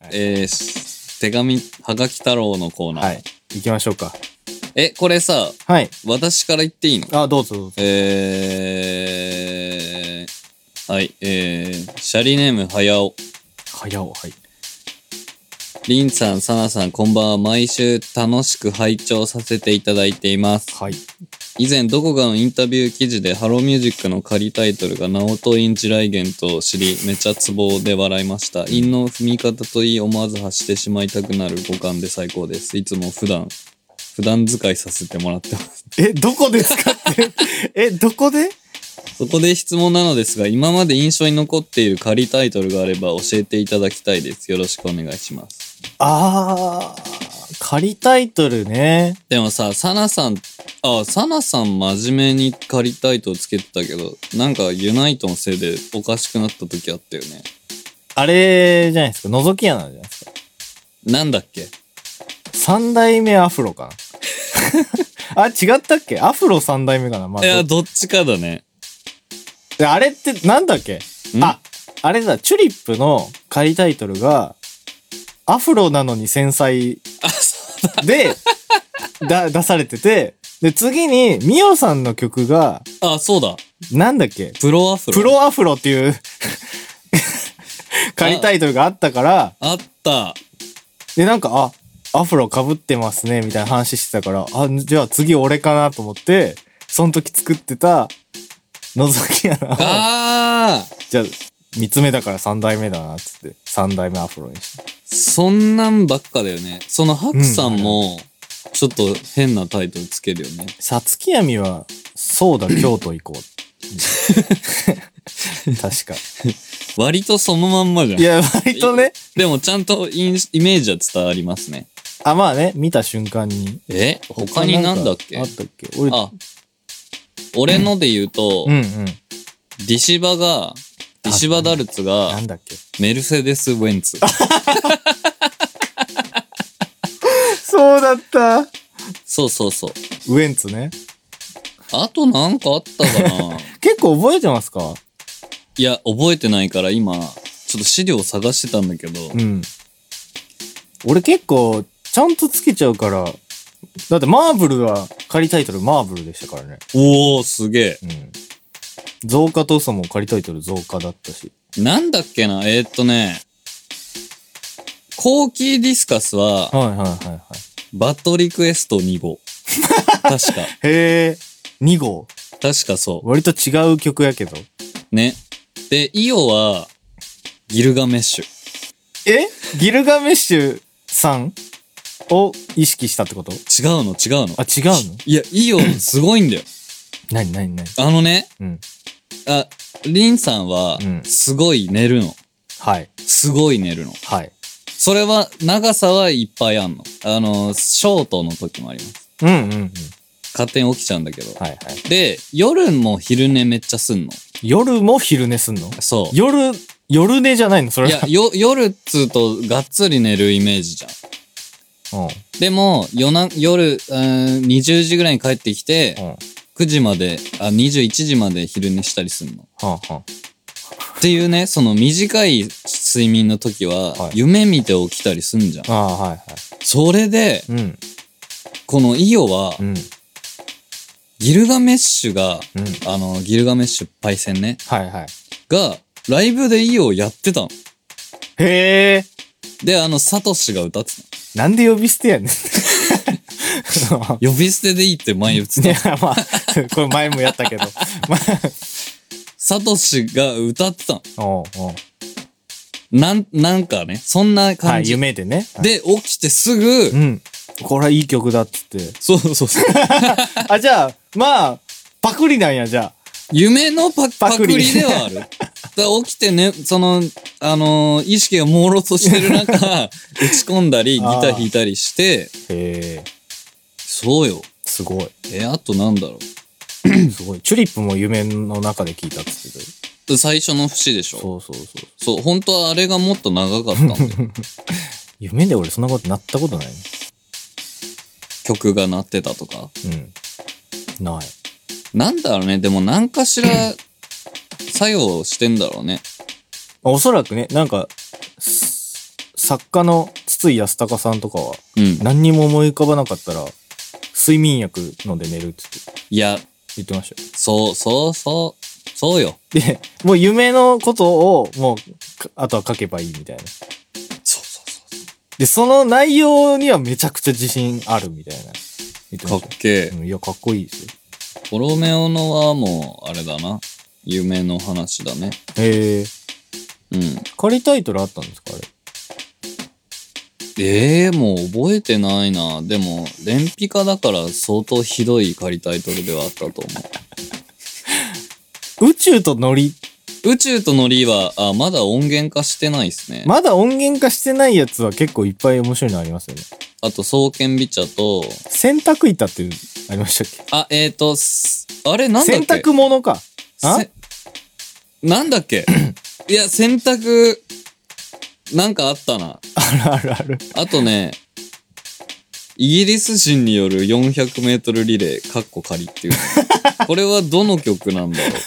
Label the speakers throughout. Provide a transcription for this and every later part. Speaker 1: えーし手紙、はがき太郎のコーナー。
Speaker 2: はい。行きましょうか。
Speaker 1: え、これさ、
Speaker 2: はい。
Speaker 1: 私から言っていいの
Speaker 2: あ、どうぞどうぞ。
Speaker 1: えー、はい、えー、シャリネーム、はやお。
Speaker 2: 早尾、はい。
Speaker 1: りんさん、さなさん、こんばんは。毎週楽しく拝聴させていただいています。
Speaker 2: はい。
Speaker 1: 以前、どこかのインタビュー記事で、ハローミュージックの仮タイトルが、ナオトイン地雷源と知り、めちゃツボで笑いました。陰の踏み方といい、思わず発してしまいたくなる五感で最高です。いつも普段、普段使いさせてもらってます。
Speaker 2: え、どこですかって。 え、どこで
Speaker 1: そこで質問なのですが、今まで印象に残っている仮タイトルがあれば教えていただきたいです。よろしくお願いします。
Speaker 2: あー、仮タイトルね。
Speaker 1: でもさ、サナさん、あ、サナさん真面目に仮タイトルつけてたけど、なんかユナイトのせいでおかしくなった時あったよね。
Speaker 2: あれじゃないですか。覗き穴じゃないですか。
Speaker 1: なんだっけ
Speaker 2: 三代目アフロか な。あ、違ったっけアフロ三代目かな。まあ
Speaker 1: いや、
Speaker 2: ど
Speaker 1: どっちかだね。
Speaker 2: であれってなんだっけ
Speaker 1: ん
Speaker 2: あ、あれだ、チュリップの仮タイトルが、アフロなのに繊細
Speaker 1: あ、そう
Speaker 2: で、だ、出されてて、で、次に、ミオさんの曲が、
Speaker 1: あ、そうだ。
Speaker 2: なんだっけ
Speaker 1: プロアフロ。
Speaker 2: プロアフロっ ていう仮タイトルがあったから、
Speaker 1: あった。
Speaker 2: で、なんか、あ、アフロ被ってますね、みたいな話してたから、あ、じゃあ次俺かなと思って、その時作ってた、覗き穴を、
Speaker 1: あー
Speaker 2: じゃあ、三つ目だから三代目だな、つって、三代目アフロにして。
Speaker 1: そんなんばっかだよね。そのハクさんも、ちょっと変なタイトルつけるよね。
Speaker 2: さつきやみは、そうだ、京都行こう。確か。
Speaker 1: 割とそのまんまじゃん
Speaker 2: い。や、割とね、
Speaker 1: でもちゃんとインイメージは伝わりますね。
Speaker 2: あ、まあね、見た瞬間に。
Speaker 1: え他になんだっけ
Speaker 2: あったっけ俺、
Speaker 1: あ、俺ので言うと、
Speaker 2: うんうん。
Speaker 1: ディシバが、ディシバダルツ
Speaker 2: な
Speaker 1: が
Speaker 2: んだっけ
Speaker 1: メルセデス・ウェンツ。
Speaker 2: そうだった。ウ
Speaker 1: そうそうそう。
Speaker 2: エンツね。
Speaker 1: あとなんかあったか な
Speaker 2: 結構覚えてますか
Speaker 1: いや、覚えてないから今、ちょっと資料を探してたんだけど、
Speaker 2: うん。俺結構、ちゃんとつけちゃうから、だってマーブルは仮タイトルマーブルでしたからね。
Speaker 1: おー、すげえ。
Speaker 2: うん。増加とそも仮タイトル増加だったし。
Speaker 1: なんだっけなえー、っとね、コーキーディスカスは、
Speaker 2: はいはいはいはい。
Speaker 1: バットリクエスト2号。確か、
Speaker 2: へえ。2号。
Speaker 1: 確かそう。
Speaker 2: 割と違う曲やけど。
Speaker 1: ね。で、イオは、ギルガメッシュ。
Speaker 2: えギルガメッシュさんを意識したってこと
Speaker 1: 違うの違うの
Speaker 2: あ、。違うの
Speaker 1: いや、イオすごいんだよ。
Speaker 2: なになになに
Speaker 1: あのね、
Speaker 2: うん。
Speaker 1: あ、リンさんは
Speaker 2: う、ん
Speaker 1: すごい寝るの。
Speaker 2: はい。
Speaker 1: すごい寝るの。
Speaker 2: はい。
Speaker 1: それは、長さはいっぱいあんの。あの、ショートの時もあります。
Speaker 2: うんうんうん。
Speaker 1: 勝手に起きちゃうんだけど。
Speaker 2: はいはい。
Speaker 1: で、夜も昼寝めっちゃすんの。
Speaker 2: 夜も昼寝すんの
Speaker 1: そう。
Speaker 2: 夜、夜寝じゃないのそれ
Speaker 1: い
Speaker 2: は。
Speaker 1: や、よ、夜っつうと、がっつり寝るイメージじゃん。
Speaker 2: うん。うん。
Speaker 1: でも、夜な、夜、うーん、20時ぐらいに帰ってきて、
Speaker 2: は
Speaker 1: 9時まで、あ、21時まで昼寝したりするの。
Speaker 2: あは
Speaker 1: っていうね、その短い睡眠の時は、
Speaker 2: はい
Speaker 1: 夢見て起きたりすんじゃん。
Speaker 2: あ。ああ、はいは
Speaker 1: それで、
Speaker 2: い。うん。
Speaker 1: このイオは
Speaker 2: う、ん。
Speaker 1: ギルガメッシュが、
Speaker 2: うん。
Speaker 1: あの、ギルガメッシュパイセンね、
Speaker 2: はいはい。
Speaker 1: が、ライブでイオをやってたの。
Speaker 2: へえ。
Speaker 1: で、あの、サトシが歌ってた
Speaker 2: なんで呼び捨てやねん。
Speaker 1: の。呼び捨てでいいって前言って
Speaker 2: いや
Speaker 1: た。、
Speaker 2: まあ、これ前もやったけ ど。ま
Speaker 1: サトシが歌ってたの。
Speaker 2: あ、おうおう
Speaker 1: なん、なんかね、そんな
Speaker 2: は
Speaker 1: 感
Speaker 2: い、
Speaker 1: じ。
Speaker 2: 夢でね。
Speaker 1: で、起きてすぐ、
Speaker 2: うん。これはいい曲だっつって。
Speaker 1: そうそう そう。
Speaker 2: あ、じゃあ、まあ、パクリなんや、じゃ
Speaker 1: 夢のパパ
Speaker 2: パク
Speaker 1: ク
Speaker 2: リ
Speaker 1: リではある。だから起きてね、その、あのー意識が朦朧としてる 中、打ち込んだり、ギタ
Speaker 2: あー
Speaker 1: ー弾いたりして、
Speaker 2: あ。へえ、
Speaker 1: そうよ。
Speaker 2: すごい。
Speaker 1: え、あとなんだろ
Speaker 2: すごい。チュリップも夢の中で聞いたっつってた
Speaker 1: う。最初の節でし
Speaker 2: よ。
Speaker 1: ょ。
Speaker 2: そうそうそう。
Speaker 1: そう、本当はあれがもっと長かったん だよ。
Speaker 2: 夢で俺そんなことなったことないね。
Speaker 1: 曲が鳴ってたとか。
Speaker 2: うん。ない。
Speaker 1: なんだろうね、でも何かしら、作用してんだろうね。
Speaker 2: おそらくね、なんか、す作家の筒井康隆さんとかは、
Speaker 1: うん。
Speaker 2: 何にも思い浮かばなかったら、睡眠薬飲んで寝るって言って
Speaker 1: いや、
Speaker 2: 言ってましたよ。
Speaker 1: そう、そう、そう、そうよ。
Speaker 2: で、もう夢のことを、もう、かあとは書けばいいみたいな。
Speaker 1: そうそうそ
Speaker 2: で、その内容にはめちゃくちゃ自信あるみたいな。言って
Speaker 1: か
Speaker 2: まし
Speaker 1: った
Speaker 2: よ
Speaker 1: けえ。
Speaker 2: うんいや、かっこいいですよ。
Speaker 1: ポロメオのはもう、あれだな。夢の話だね。
Speaker 2: ええ
Speaker 1: うん。
Speaker 2: 仮タイトルあったんですかあれ。
Speaker 1: ええもう覚えてないな。でも、連ピカだから相当ひどい仮タイトルではあったと思
Speaker 2: 宇宙とノリ、
Speaker 1: う。宇宙とノリは、あ、まだ音源化してないですね。
Speaker 2: まだ音源化してないやつは結構いっぱい面白いのありますよね。
Speaker 1: あと、双剣美茶と、
Speaker 2: 洗濯板ってありましたっ
Speaker 1: あ、えーと、すあれな
Speaker 2: け
Speaker 1: んだっ
Speaker 2: 洗
Speaker 1: け
Speaker 2: 濯物か。あ
Speaker 1: せなんだっけ いや、洗濯、なんかあったな。
Speaker 2: あるあるある。
Speaker 1: あとね、イギリス人による400メートルリレー、カッコ仮っていう の。これはどの曲なんだろ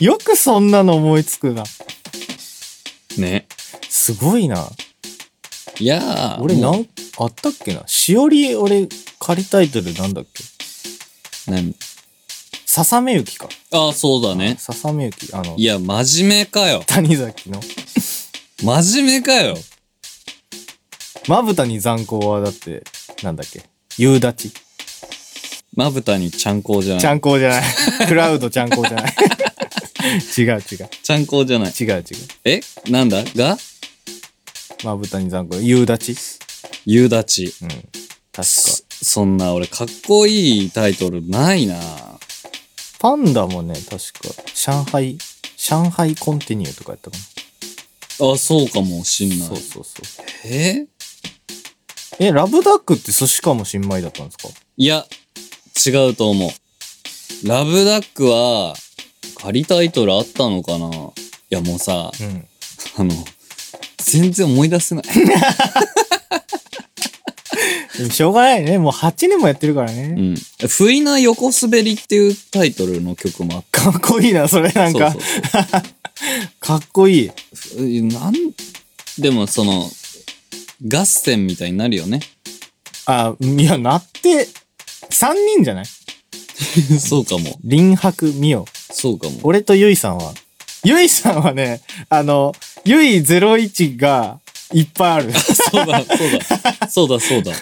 Speaker 2: よくそんなの思いつくな。
Speaker 1: う。ね。
Speaker 2: すごいな。
Speaker 1: いやー、
Speaker 2: 俺
Speaker 1: も
Speaker 2: な、
Speaker 1: うん
Speaker 2: あったっけな。しおり、俺、仮タイトルなんだっけ
Speaker 1: 何
Speaker 2: ささめゆきか。
Speaker 1: ああ、そうだね。
Speaker 2: ささめゆき。あの
Speaker 1: い、や、真面目かよ。
Speaker 2: 谷崎の。
Speaker 1: 真面目かよ。
Speaker 2: まぶたに残光はだって、なんだっけ。夕立ち。
Speaker 1: まぶたにちゃんこじゃない。
Speaker 2: ちゃんこじゃ ない。クラウドちゃんこじゃない。違う違う。
Speaker 1: ちゃんこじゃない。
Speaker 2: 違う違う。
Speaker 1: えなんだが
Speaker 2: まぶたに残光。夕立ち。
Speaker 1: 夕立ち。
Speaker 2: うん。確か。
Speaker 1: そそんな俺、かっこいいタイトルないな
Speaker 2: パンダもね、確か、上海、上海コンティニューとかやったか
Speaker 1: あ、そうかもしんな
Speaker 2: な。
Speaker 1: い
Speaker 2: そう。そうそう。
Speaker 1: え
Speaker 2: え、ラブダックって寿司かも新米だったんですか
Speaker 1: いや、違うと思う。ラブダックは、仮タイトルあったのかないや、もうさ、
Speaker 2: うん。
Speaker 1: あの、全然思い出せない。
Speaker 2: でもしょうがないね。もう8年もやってるから
Speaker 1: う
Speaker 2: ね。
Speaker 1: ん。 不意な横滑りっていうタイトルの曲もあっ
Speaker 2: かっこいいな、それ
Speaker 1: た。
Speaker 2: なんか。
Speaker 1: そうそう
Speaker 2: かっこいい。
Speaker 1: そうえなん、でもその、合戦みたいになるよね。
Speaker 2: あ、いや、なって、3人じゃない
Speaker 1: そうかも。
Speaker 2: 林白美桜。
Speaker 1: そうかも。
Speaker 2: 俺とゆいさんは。ゆいさんはね、あの、ゆい01がいっぱいある。
Speaker 1: そうだ、そうだ。そうだ、そうだ。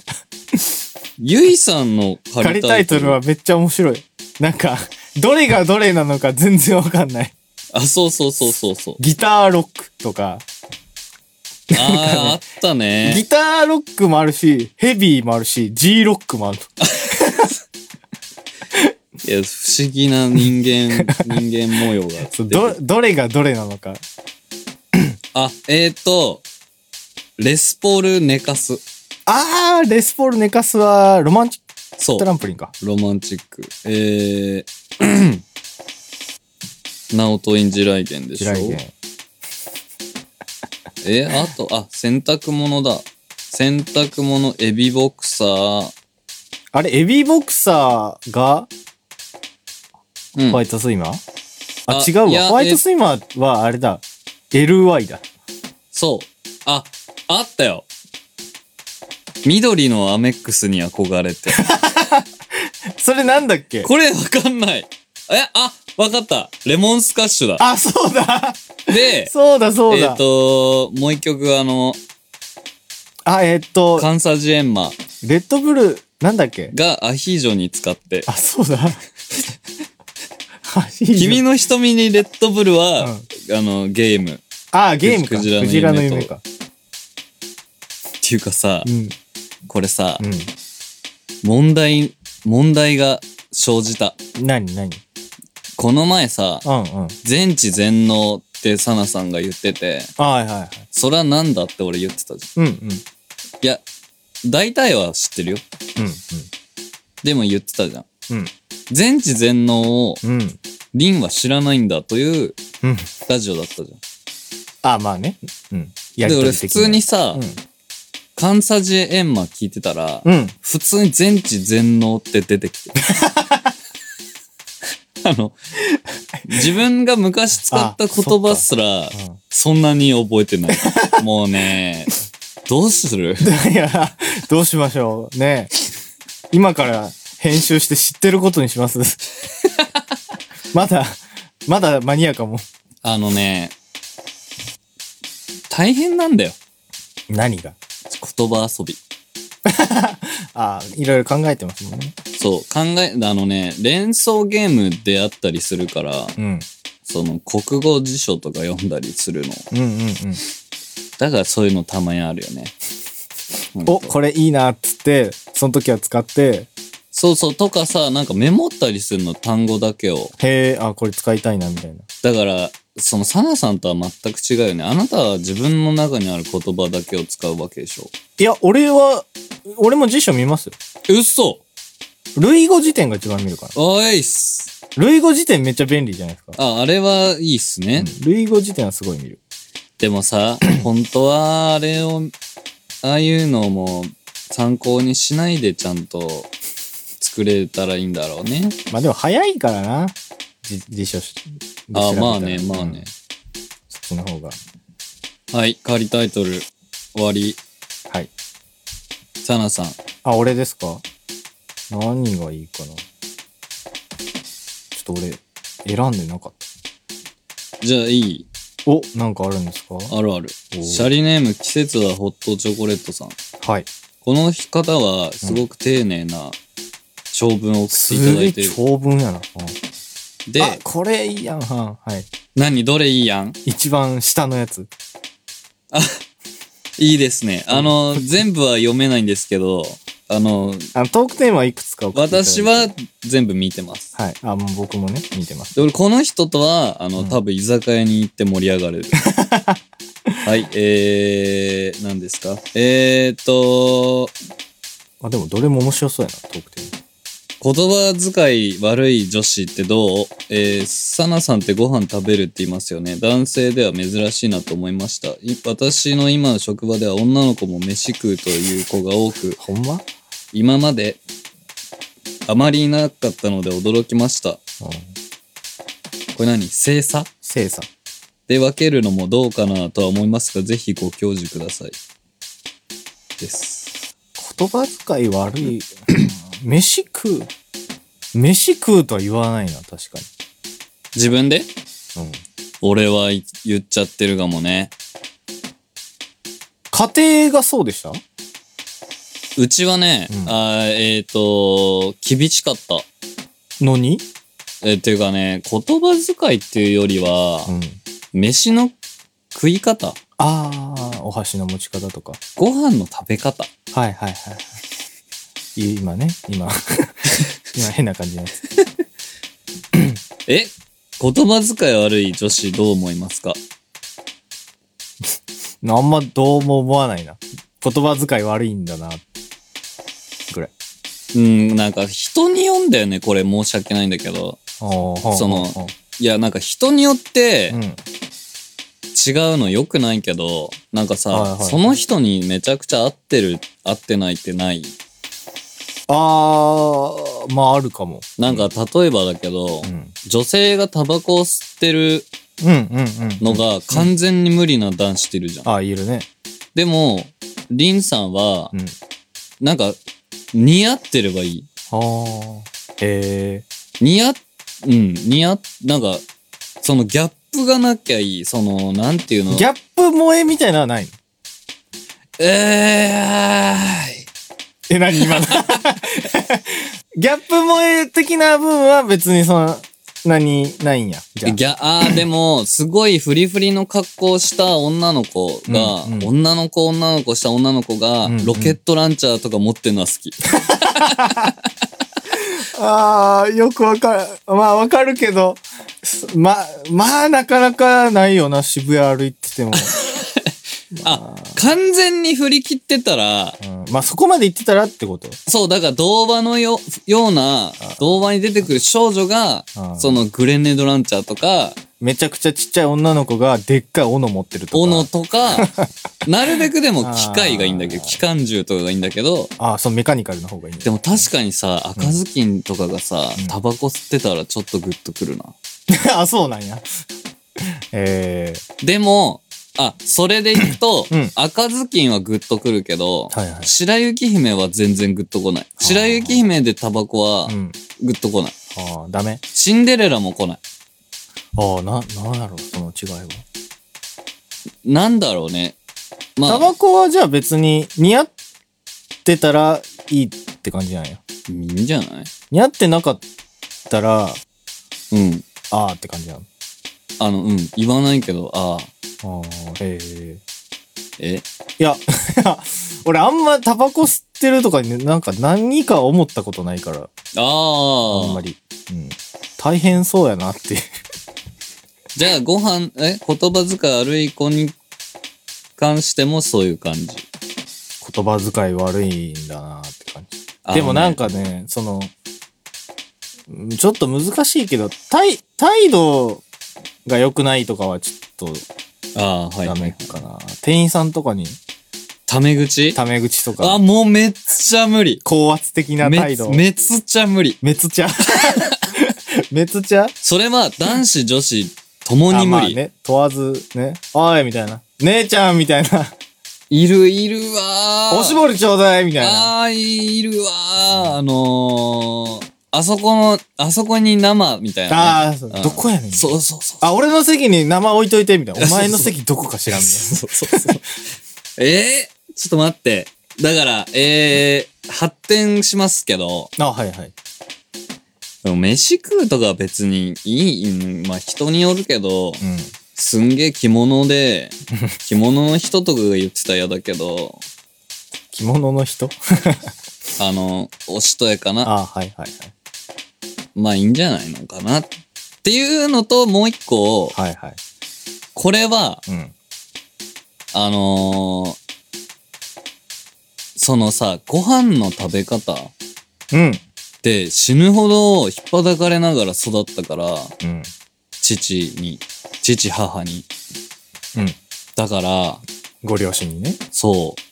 Speaker 1: ゆいさんの
Speaker 2: 仮タイトルはめっちゃ面白い。なんか、どれがどれなのか 全然わかんない。
Speaker 1: あ、そうそうそうそうそう。
Speaker 2: ギターロックとか、
Speaker 1: ああ、あったね。
Speaker 2: ギターロックもあるし、ヘビーもあるし、G ロックもある。
Speaker 1: いや、不思議な人 間、人間模様が
Speaker 2: そ
Speaker 1: 出て
Speaker 2: うど
Speaker 1: る。、
Speaker 2: どれがどれなのか。
Speaker 1: あ、えっ、ー、と、レスポール寝かす。
Speaker 2: あー、レスポール寝かすは、ロマンチッ
Speaker 1: そ
Speaker 2: ク
Speaker 1: う
Speaker 2: ト。ランプリンか。
Speaker 1: ロマンチック。えー、 ナオトインジライゲンでしょ
Speaker 2: 白いね。
Speaker 1: えあと、あ、洗濯物だ。洗濯物、エビボクサー。
Speaker 2: あれ、エビボクサーが
Speaker 1: うん
Speaker 2: ホワイトスイマー、あ
Speaker 1: あ、
Speaker 2: 違う
Speaker 1: い
Speaker 2: わ。
Speaker 1: や
Speaker 2: ホワイトスイマーはあれだ。LY だ。
Speaker 1: そう。あ、あったよ。緑のアメックスに憧れて。
Speaker 2: それなんだっけ
Speaker 1: これわかんない。え、あ、わかった。レモンスカッシュだ。
Speaker 2: あ、そうだ
Speaker 1: で、
Speaker 2: そうだ、そう
Speaker 1: えっ、
Speaker 2: だ。
Speaker 1: と、もう一曲、あの、
Speaker 2: あ、えっ、と、
Speaker 1: カンサジエンマ
Speaker 2: レッドブル、なんだっけ
Speaker 1: がアヒージョに使って、
Speaker 2: あ、そうだ。
Speaker 1: 君
Speaker 2: の、
Speaker 1: の瞳にレッドブルは、
Speaker 2: うん
Speaker 1: あの、ゲーム。っ
Speaker 2: あ、ゲームか。
Speaker 1: ク
Speaker 2: ク
Speaker 1: ジラの夢と
Speaker 2: ジラの夢か。
Speaker 1: ていうかさ
Speaker 2: う、ん。
Speaker 1: これさ、
Speaker 2: う
Speaker 1: 問題、問題が生じた。
Speaker 2: ん。なになに
Speaker 1: この前さ、
Speaker 2: うんうん。
Speaker 1: 全知全能ってサナさんが言ってて、
Speaker 2: はいはいはい。
Speaker 1: それはなんだって俺言ってたじ
Speaker 2: うんうん。うん
Speaker 1: ゃん。いや、大体は知ってるよ。でも言ってたじゃん。
Speaker 2: うん。
Speaker 1: 全知全能を、
Speaker 2: うん。うん。
Speaker 1: リンは知らないんだという
Speaker 2: うん。
Speaker 1: ラジオだったじゃ
Speaker 2: あ、まあね。うん。
Speaker 1: ん。
Speaker 2: や
Speaker 1: で、
Speaker 2: りとり
Speaker 1: 俺
Speaker 2: 的
Speaker 1: 普通にさ、
Speaker 2: う
Speaker 1: カンサジエンマ聞いてたら、
Speaker 2: ん。うん。
Speaker 1: 普通に全知全能って出てきて。あの、自分が昔使った言葉すら、そんなに覚えてない。 もうね、どうする
Speaker 2: いや、どうしましょう。ねえ今から編集して知ってることにします。 まだ、まだマニアかも。
Speaker 1: あのね、大変なんだよ。
Speaker 2: 何が
Speaker 1: 言葉遊び。
Speaker 2: ああ、いろいろ考えてますもんね。
Speaker 1: そう、考え、あのね、連想ゲームであったりするから、
Speaker 2: うん。
Speaker 1: その国語辞書とか読んだりするの。
Speaker 2: うんうんうん。
Speaker 1: だからそういうのたまにあるよね。
Speaker 2: お、これいいなっつって、その時は使って、
Speaker 1: そうそう、とかさ、なんかメモったりするの、単語だけを。
Speaker 2: へえ、あ、これ使いたいなみたいな。
Speaker 1: だから、そのサナさんとは全く違うよね。あなたは自分の中にある言葉だけを使うわけでしょ。
Speaker 2: いや、俺は、俺も辞書見ますよ。
Speaker 1: 嘘
Speaker 2: 類語辞典が一番見るから。
Speaker 1: おいっす。
Speaker 2: 類語辞典めっちゃ便利じゃないですか。
Speaker 1: あ、あれはいいっすね。
Speaker 2: うん類語辞典はすごい見る。
Speaker 1: でも さ、本当はあれを、ああいうのも参考にしないでちゃんと作れたらいいんだろうね。
Speaker 2: まあでも早いからな。じ辞書し。
Speaker 1: あ
Speaker 2: 調べたら
Speaker 1: まあね、まあ
Speaker 2: う
Speaker 1: ね
Speaker 2: ん。そっちの方が。
Speaker 1: はい、仮タイトル、終わり。
Speaker 2: はい。
Speaker 1: サナさん。
Speaker 2: あ、俺ですか何がいいかな。ちょっと俺、選んでなかっ
Speaker 1: じゃあいい
Speaker 2: た。お、なんかあるんですか
Speaker 1: あるある。
Speaker 2: お
Speaker 1: シ
Speaker 2: ー
Speaker 1: ャリネーム、季節はホットチョコレットさん。
Speaker 2: はい。
Speaker 1: この方は、すごく丁寧な長文を送
Speaker 2: す
Speaker 1: っていただ
Speaker 2: げえ
Speaker 1: いてる。
Speaker 2: 長文やな。うん
Speaker 1: で、
Speaker 2: あ、これいいやん。うんはい。
Speaker 1: 何どれいいやん
Speaker 2: 一番下のやつ。
Speaker 1: いいですね。あの、全部は読めないんですけど、あの、
Speaker 2: あの、トークテーマはいくつか送っていただいて
Speaker 1: 私は、全部見てます。
Speaker 2: はい。あ、もう僕もね、見てます。
Speaker 1: で、俺、この人とは、あの、
Speaker 2: うん
Speaker 1: 多分居酒屋に行って盛り上がれ る。はい、えー、何ですかえーっと、
Speaker 2: あ、でもどれも面白そうやな、トークテー
Speaker 1: 言葉遣い悪い女子ってどうえー、サナさんってご飯食べるって言いますよね。男性では珍しいなと思いました。い私の今の職場では女の子も飯食うという子が多く、
Speaker 2: マ。ほんま
Speaker 1: 今まであまりいなかったので驚きました。
Speaker 2: うん。
Speaker 1: これ何正差
Speaker 2: 精査。
Speaker 1: で分けるのもどうかなとは思いますが、ぜひご教授ください。です。
Speaker 2: 言葉遣い悪い。 うん飯食う。飯食うとは言わないな、確か
Speaker 1: 自分で
Speaker 2: に。うん。
Speaker 1: 俺はい言っちゃってるかもね。
Speaker 2: 家庭がそうでした
Speaker 1: うちはね、
Speaker 2: うん
Speaker 1: あーえっ、と、厳しかった。
Speaker 2: のに
Speaker 1: えーっていうかね、言葉遣いっていうよりは、
Speaker 2: ん。
Speaker 1: 飯の食い方、
Speaker 2: ああ、お箸の持ち方とか。
Speaker 1: ご飯の食べ方。
Speaker 2: はいはいはい。い今ね、今。 今変な感じのやつ。
Speaker 1: え言葉遣い悪い女子どう思いますか
Speaker 2: あんまどうも思わないな。言葉遣い悪いんだな。ぐらい。
Speaker 1: うん、なんか人によんだよね、これ申し訳ないんだけど。
Speaker 2: そ
Speaker 1: そのいや、なんか人によって
Speaker 2: うん。はい
Speaker 1: 違うの良くないけど、なんかさ、
Speaker 2: はいはい
Speaker 1: その人にめちゃくちゃ合ってる、合ってないってない。
Speaker 2: あー、まああるかも。
Speaker 1: なんか例えばだけど、
Speaker 2: うん。
Speaker 1: 女性がタバコを吸ってる
Speaker 2: うんうんう
Speaker 1: の
Speaker 2: ん。
Speaker 1: が完全に無理な男子っているじゃん。
Speaker 2: あー、いるね。
Speaker 1: でも、リンさんは
Speaker 2: う、ん。
Speaker 1: なんか、似合ってればいい。
Speaker 2: あー。え
Speaker 1: 似合っ、うん、似合っ、なんか、そのギャップがなきゃいい。その、なんていうの
Speaker 2: ー。ギャップ萌えみたいなのはないの
Speaker 1: え
Speaker 2: え、何今の ギャップ萌え的な部分は別にその、何、ないんや。じゃ
Speaker 1: ーい。ギャ、あーでも、すごいフリフリの格好をした女の子が、
Speaker 2: うんうん
Speaker 1: 女の子、女の子した女の子が、
Speaker 2: うんうん
Speaker 1: ロケットランチャーとか持ってるのは好き。
Speaker 2: あ。あー、よくわかる。まあわかるけど、すま、まあなかなかないよな、渋谷歩いて ても。
Speaker 1: あ、完全に振り切ってたら、
Speaker 2: うん、まあそこまで行ってたらってこと。
Speaker 1: そう、だから、童話のよ、ような、童話に出てくる少女が
Speaker 2: あ、
Speaker 1: そのグレネードランチャーとか、
Speaker 2: めちゃくちゃちっちゃい女の子がでっかい斧持ってるとか。
Speaker 1: 斧と か、なるべくでも機械がいいんだけど、
Speaker 2: あー
Speaker 1: 機関銃とかがいいんだけど、
Speaker 2: ああ、そう、メカニカルの方がいいんだ
Speaker 1: でも確かにさ、赤ずきんとかがさ
Speaker 2: うん、
Speaker 1: タバコ吸ってたらちょっとグッとくるな。
Speaker 2: あ、そうなんや。え
Speaker 1: でも、あ、それでいくと
Speaker 2: うん、
Speaker 1: 赤ずきんはグッとくるけど
Speaker 2: ー、、はいはい。
Speaker 1: 白雪姫は全然グッとこない。
Speaker 2: ー
Speaker 1: 白雪姫でタバコは
Speaker 2: うん。
Speaker 1: グッとこない。
Speaker 2: ああ、ダメ
Speaker 1: シンデレラも来ない。
Speaker 2: ああ、な、なんだろう、その違いは。
Speaker 1: なんだろうね。ま
Speaker 2: タ
Speaker 1: あ、
Speaker 2: バコはじゃあ別に似合ってたらいいって感じなんや。
Speaker 1: いいんじゃない
Speaker 2: 似合ってなかったら、あ
Speaker 1: うん。
Speaker 2: あって感じなの。
Speaker 1: あの、うん。言わないけど、ああ、
Speaker 2: ああ、へえ。
Speaker 1: え、
Speaker 2: いや、 俺あんまタバコ吸ってるとかね、なんか何か思ったことないから、あん
Speaker 1: あ
Speaker 2: ま
Speaker 1: あ。
Speaker 2: り。うん。大変そうやなって。
Speaker 1: じゃあ、ご飯、え、言葉遣い悪い子に関してもそういう感じ。
Speaker 2: 言葉遣い悪いんだなって感じ。
Speaker 1: あのね
Speaker 2: でもなん、かね、その、うんちょっと難しいけど、態、態度が良くないとかはちょっと
Speaker 1: ああ、はい
Speaker 2: ダ
Speaker 1: は
Speaker 2: メ
Speaker 1: い。
Speaker 2: かな。店員さんとかに、
Speaker 1: タメ口
Speaker 2: タメ口と
Speaker 1: あ、
Speaker 2: か、
Speaker 1: もうめっちゃ無理。
Speaker 2: 高圧的な
Speaker 1: め
Speaker 2: 態
Speaker 1: っ
Speaker 2: 度。
Speaker 1: めっちゃ無理。
Speaker 2: めつちゃ。 めつちゃ
Speaker 1: それは男子女子ともに
Speaker 2: あ
Speaker 1: 無
Speaker 2: まあ
Speaker 1: 理。
Speaker 2: ね、問わず、ね。おい、みたいな。姉ちゃんみたいな。
Speaker 1: いるいるわー。
Speaker 2: おしぼりちょうだいみたいな。
Speaker 1: あー、いるわー。あのー、あそこの、あそこに生みたいなね、
Speaker 2: ああー、どこやねん。
Speaker 1: そうそうそう。
Speaker 2: あ、俺の席に生置いといて、みたい な。お前の
Speaker 1: そうそう
Speaker 2: 席どこか知らんみたいな。
Speaker 1: そうそうそう。えー、ちょっと待って。だから、えー、発展しますけど、
Speaker 2: あ、はいはい。
Speaker 1: でも飯食うとかは別にいい、うんまあ人によるけど、
Speaker 2: うん。
Speaker 1: すんげえ着物 で、着物の人とかが言ってたら嫌だけど、
Speaker 2: 着物の人
Speaker 1: あの、おしとやかな、
Speaker 2: あ、はいはい
Speaker 1: まあいいんじゃないのかな。っていうのと、もう一個、
Speaker 2: はい。はいはい。
Speaker 1: これは、
Speaker 2: うん。
Speaker 1: あのーそのさ、ご飯の食べ方っ
Speaker 2: うん。
Speaker 1: て死ぬほど引っ叩かれながら育ったから、
Speaker 2: うん。
Speaker 1: 父に、父母に。
Speaker 2: うん。
Speaker 1: だから、
Speaker 2: ご両親にね。
Speaker 1: そう。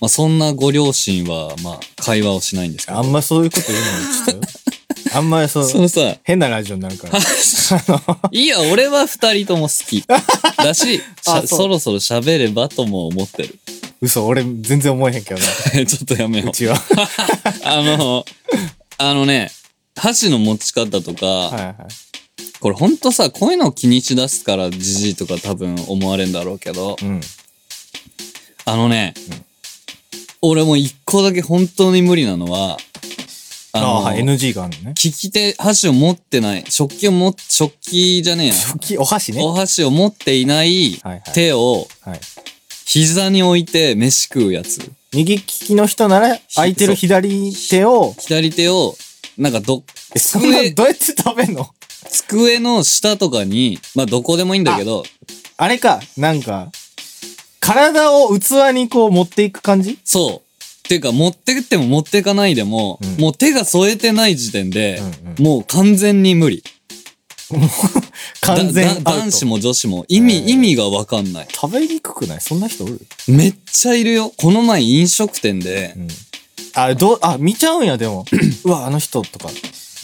Speaker 1: まあ、そんなご両親は、まあ、会話をしないんですけ
Speaker 2: あ
Speaker 1: ど。
Speaker 2: んまそういうこと言うのちょっ と。あんまりそう、
Speaker 1: そのさ、
Speaker 2: 変なラジオになる から。
Speaker 1: いいや、俺は二人とも好き。だし、しゃ
Speaker 2: あそう
Speaker 1: そろそろ喋ればとも思ってる。
Speaker 2: 嘘、俺全然思えへんけどな。
Speaker 1: ちょっとやめよう
Speaker 2: う。 ちは。
Speaker 1: あの、あのね、箸の持ち方とか、
Speaker 2: はいはい。
Speaker 1: これほんとさ、こういうのを気にしだすからじじいとか多分思われんだろうけど、
Speaker 2: うん。
Speaker 1: あのね、
Speaker 2: うん
Speaker 1: 俺もう一個だけ本当に無理なのは、あ
Speaker 2: あ
Speaker 1: の、
Speaker 2: あ、はい。NG があるのね。
Speaker 1: 利き手、箸を持ってない、食器を持っ、食器じゃねえや、
Speaker 2: 食器、お箸ね。
Speaker 1: お箸を持っていない
Speaker 2: はいはい。
Speaker 1: 手を
Speaker 2: はい。
Speaker 1: 膝に置いて飯食うやつ。
Speaker 2: 右利きの人なら、空いてる左手を、
Speaker 1: 左手を、なんかど、
Speaker 2: え、そんな
Speaker 1: 机、
Speaker 2: どうやって食べんの
Speaker 1: 机の下とかに、まあどこでもいいんだけど、
Speaker 2: あれか、なんか、体を器にこう持っていく感じ
Speaker 1: そう。っていうか、持ってっても持ってかないでも、
Speaker 2: うん
Speaker 1: もう手が添えてない時点で、
Speaker 2: ん
Speaker 1: もう完全に無理。
Speaker 2: 完全アウ
Speaker 1: だ
Speaker 2: ト
Speaker 1: だ男子も女子も意味、
Speaker 2: えー
Speaker 1: 意味がわかんない。
Speaker 2: 食べにくくないそんな人おる
Speaker 1: めっちゃいるよ。この前飲食店で、
Speaker 2: うん。あ、どう、あ、見ちゃうんや、で も。うわ、あの人とか。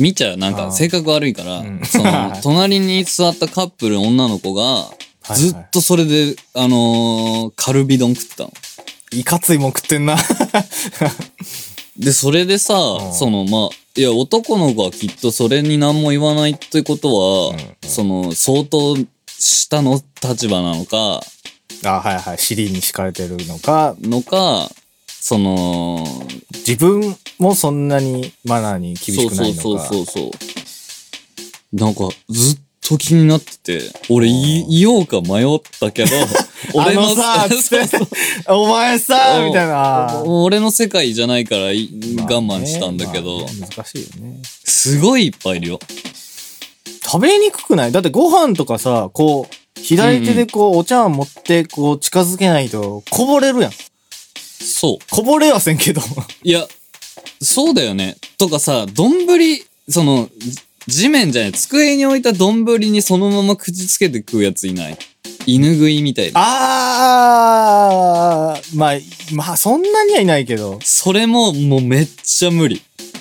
Speaker 1: 見ちゃうなん
Speaker 2: あ
Speaker 1: か
Speaker 2: ー
Speaker 1: 性格悪いから、
Speaker 2: うん
Speaker 1: そ
Speaker 2: は
Speaker 1: の
Speaker 2: い、
Speaker 1: 隣に座ったカップルの女の子が、
Speaker 2: はい
Speaker 1: ずっとそれで、あのーカルビ丼食ってたの。
Speaker 2: いかついもん食ってんな。
Speaker 1: で、それでさ、
Speaker 2: ん
Speaker 1: その、まあ、いや、男の子はきっとそれに何も言わないってことは、
Speaker 2: うんうん
Speaker 1: その、相当下の立場なのか、
Speaker 2: あ、はいはい。尻に敷かれてるのか、
Speaker 1: のか、その、
Speaker 2: 自分もそんなにマナーに厳しくないのか。
Speaker 1: そうそうそうそう。なんか、ずっと気になってて、俺
Speaker 2: うん
Speaker 1: い言おうか迷ったけど、俺
Speaker 2: あのさつっ て
Speaker 1: そう
Speaker 2: お前さ
Speaker 1: うん
Speaker 2: みたいな。
Speaker 1: 俺の世界じゃないからい
Speaker 2: まあ
Speaker 1: 我慢したんだけど、
Speaker 2: まあね難しいよね。
Speaker 1: すごいいっぱいいるよ。
Speaker 2: 食べにくくないだってご飯とかさ、こう、左手でこう、お茶碗持って、こう、近づけないと、こぼれるやん。
Speaker 1: そう。
Speaker 2: こぼれはせんけど。
Speaker 1: いや、そうだよね。とかさ、丼、その、地面じゃない、机に置いた丼にそのまま口つけて食うやついない。犬食いみたいな。
Speaker 2: あー、まあ、まあ、そんなにはいないけど。
Speaker 1: それももうめっちゃ無理。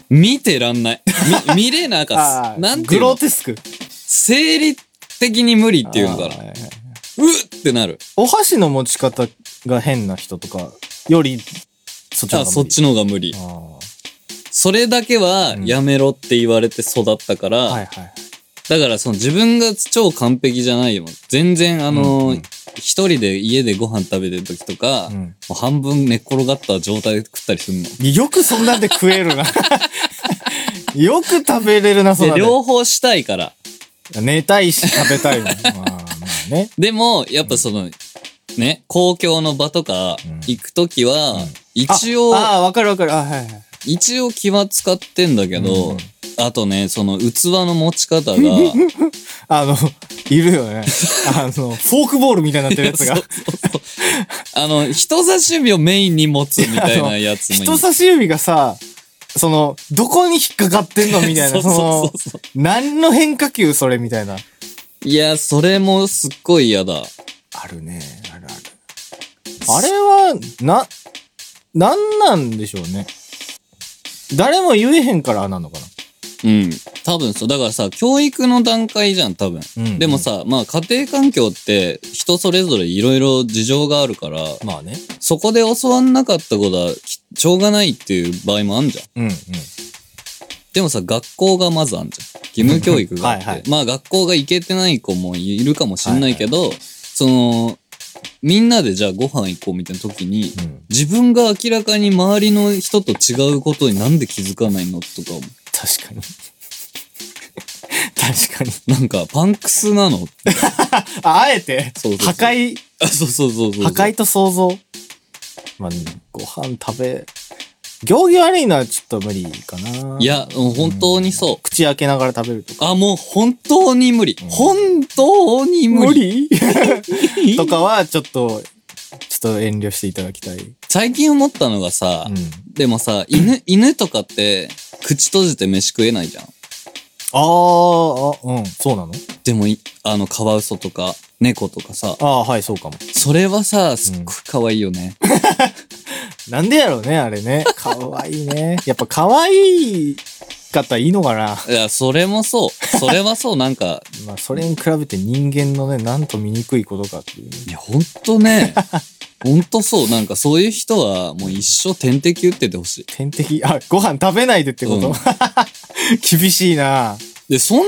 Speaker 1: 見てらんない。 み見れなか
Speaker 2: あ
Speaker 1: っ
Speaker 2: ー
Speaker 1: なんてい
Speaker 2: グ
Speaker 1: う
Speaker 2: ロ
Speaker 1: の
Speaker 2: テスク。
Speaker 1: 生理的に無理っていうのか
Speaker 2: あー
Speaker 1: な。
Speaker 2: はいはいう
Speaker 1: っってなる。
Speaker 2: お箸の持ち方が変な人とか、より、そっちの
Speaker 1: あ、そっちの方が無理。
Speaker 2: の。
Speaker 1: それだけは
Speaker 2: うん
Speaker 1: やめろって言われて育ったから、
Speaker 2: あーはいはい。
Speaker 1: だからその自分が超完璧じゃないよ。全然あ
Speaker 2: うん
Speaker 1: の
Speaker 2: う
Speaker 1: ー
Speaker 2: ん
Speaker 1: 一人で家でご飯食べてる時とか、
Speaker 2: う
Speaker 1: も
Speaker 2: ん
Speaker 1: う半分寝っ転がった状態で食ったりするの。
Speaker 2: よくそんなんで食えるな。 よく食べれるな、そん
Speaker 1: で、
Speaker 2: なんで
Speaker 1: 両方したいから。
Speaker 2: 寝たいし食 べたいもん。まあまあね。
Speaker 1: でも、やっぱその、ね、公共の場とか
Speaker 2: うん
Speaker 1: 行くときは、
Speaker 2: うん
Speaker 1: 一応、
Speaker 2: ああー、わかるわかる。あ、はいはい。
Speaker 1: 一応気は使ってんだけど、
Speaker 2: うん
Speaker 1: あとね、その器の持ち方が、
Speaker 2: あの、いる よね。あの、フォークボールみたいになってるやつが
Speaker 1: そう。そうそうあの、人差し指をメインに持つみたいなやつもい
Speaker 2: 人差し指がさ、その、どこに引っかかってんのみたいな。
Speaker 1: そ
Speaker 2: そう
Speaker 1: そう
Speaker 2: の、
Speaker 1: そうそう。
Speaker 2: 何の変化球それみたいな。
Speaker 1: いや、それもすっごい嫌だ。
Speaker 2: あるね。あるある。あれは、な、なんなんでしょうね。誰も言えへんからああなんのか
Speaker 1: うん。多分そう。だからさ、教育の段階じゃん、多分。
Speaker 2: な。うん
Speaker 1: でも、さ、まあ家庭環境って人それぞれいろいろ事情があるから、
Speaker 2: まあね。
Speaker 1: そこで教わんなかったことはきしょうがないっていう場合もあんじゃん。
Speaker 2: うんうん。
Speaker 1: でもさ、学校がまずあんじゃん。義務教育があって。
Speaker 2: はいはい
Speaker 1: まあ学校が行けてない子もいるかもしんないけど、その、みんなでじゃあご飯行こうみたいな時に、
Speaker 2: うん。
Speaker 1: 自分が明らかに周りの人と違うことになんで気づかないのとか思う
Speaker 2: 確かに。 確かに。
Speaker 1: なんかパンクスなの
Speaker 2: あ、あえて、
Speaker 1: そうそうそう
Speaker 2: 破壊、
Speaker 1: あ そうそうそうそう。
Speaker 2: 破壊と想像。まあ、ご飯食べ、行儀悪いのはちょっと無理かな。
Speaker 1: いや、もう本当にそう。
Speaker 2: 口開けながら食べるとか。
Speaker 1: あ、もう本当に無理。
Speaker 2: うん
Speaker 1: 本当に無理。
Speaker 2: 理とかは、ちょっと、ちょっと遠慮していただきたい。う
Speaker 1: 最近思ったのがさ、
Speaker 2: ん。
Speaker 1: でもさ、犬、犬とかって、口閉じて飯食えないじゃん。
Speaker 2: あーあ、うん、そうなの
Speaker 1: でもい、あの、カワウソとか、猫とかさ、
Speaker 2: ああ、はい、そうかも。
Speaker 1: それはさ、すっごい可愛いよね。
Speaker 2: なんでやろうね、あれね。かわいいね。やっぱかわいい方いいのかな。
Speaker 1: いや、それもそう。それはそう、なんか、
Speaker 2: まあ、それに比べて人間のね、なんと醜いことかっていうね。
Speaker 1: いや、ほんとね、ほんとそう。なんか、そういう人は、もう一生点滴打っててほしい。
Speaker 2: 天敵、あ、ご飯食べないでってこと、
Speaker 1: うん
Speaker 2: 厳しいな
Speaker 1: で、そん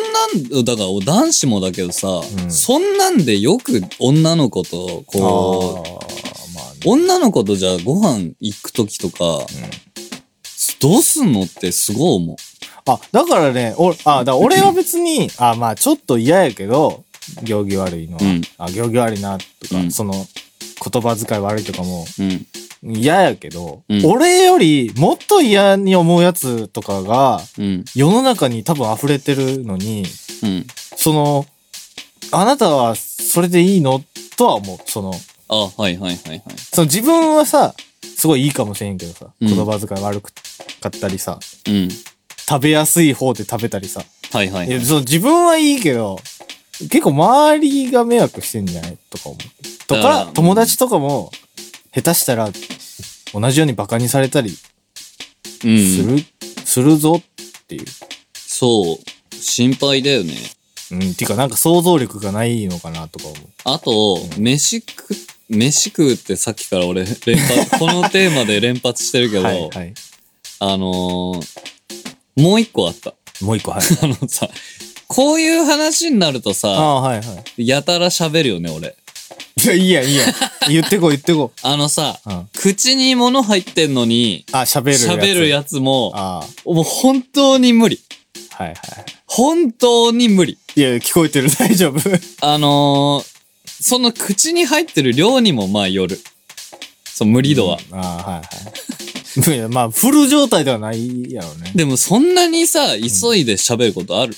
Speaker 1: なん、だから、男子もだけどさ、
Speaker 2: うん
Speaker 1: そんなんでよく女の子と、
Speaker 2: ああ
Speaker 1: こう、、
Speaker 2: まあね。
Speaker 1: 女の子とじゃあご飯行く時とか、どうすんのってすごい思う。
Speaker 2: あ、だからね、おあ、だから俺は別に、あ、まあちょっと嫌やけど、行儀悪いのは、
Speaker 1: うん
Speaker 2: あ、行儀悪いなとか、
Speaker 1: うん
Speaker 2: その、言葉遣い悪いとかも
Speaker 1: うん。
Speaker 2: 嫌やけど、
Speaker 1: うん
Speaker 2: 俺よりもっと嫌に思うやつとかが、
Speaker 1: うん。
Speaker 2: 世の中に多分溢れてるのに、
Speaker 1: うん。
Speaker 2: その、あなたはそれでいいのとは思う。その、
Speaker 1: あ、はいはいはいはい。
Speaker 2: その自分はさ、すごいいいかもしれんけどさ、
Speaker 1: うん
Speaker 2: 言葉遣い悪くかったりさ、
Speaker 1: うん。
Speaker 2: 食べやすい方で食べたりさ、
Speaker 1: はいはいい、
Speaker 2: や
Speaker 1: はい。
Speaker 2: その自分はいいけど、結構周りが迷惑してんじゃないとか思う。と
Speaker 1: だから
Speaker 2: か、友達とかも、下手したら、同じようにバカにされたり
Speaker 1: う
Speaker 2: す
Speaker 1: ん。
Speaker 2: る、するぞっていう。
Speaker 1: そう。心配だよね。
Speaker 2: うん、っていうかなんか想像力がないのかなとか思う。
Speaker 1: あと、飯食、飯食うってさっきから俺、連 発、このテーマで連発してるけど、
Speaker 2: はい、はい。
Speaker 1: あのー、もう一個あった。
Speaker 2: もう一個、はい。
Speaker 1: あのさ、こういう話になると
Speaker 2: あ
Speaker 1: さ、
Speaker 2: あ、はいは
Speaker 1: やたら喋るよね、俺。
Speaker 2: い。いや、いいや、いいや。言ってこう、言ってこ
Speaker 1: あのさ、
Speaker 2: う。うん。
Speaker 1: 口に物入ってんのに、
Speaker 2: あ、喋るやつ。
Speaker 1: 喋るやつも、
Speaker 2: あ
Speaker 1: もう本当に無理。
Speaker 2: あ、はいは
Speaker 1: 本当に無理。
Speaker 2: い。いや、聞こえてる、 大丈夫。
Speaker 1: あのーその口に入ってる量にもまあよる。そう、無理度は。
Speaker 2: うんああ、はいはい。い や、まあ、フル状態ではないやろうね。
Speaker 1: でもそんなにさ、急いで喋ることある、